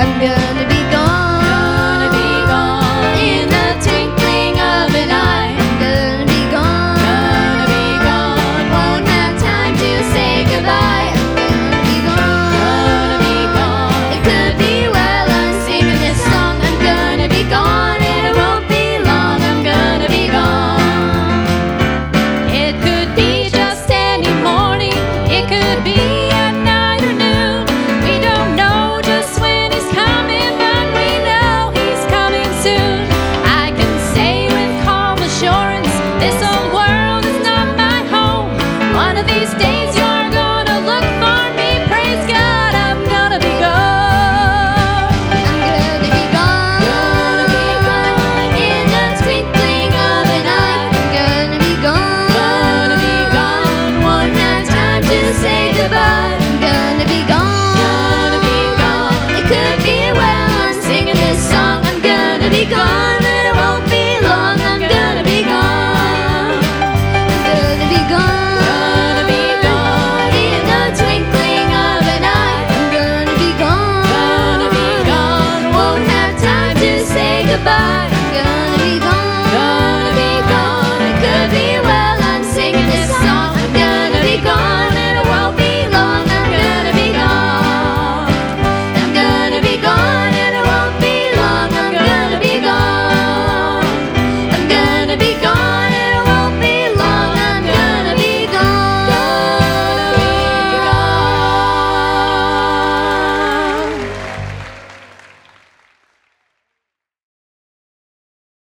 I'm gonna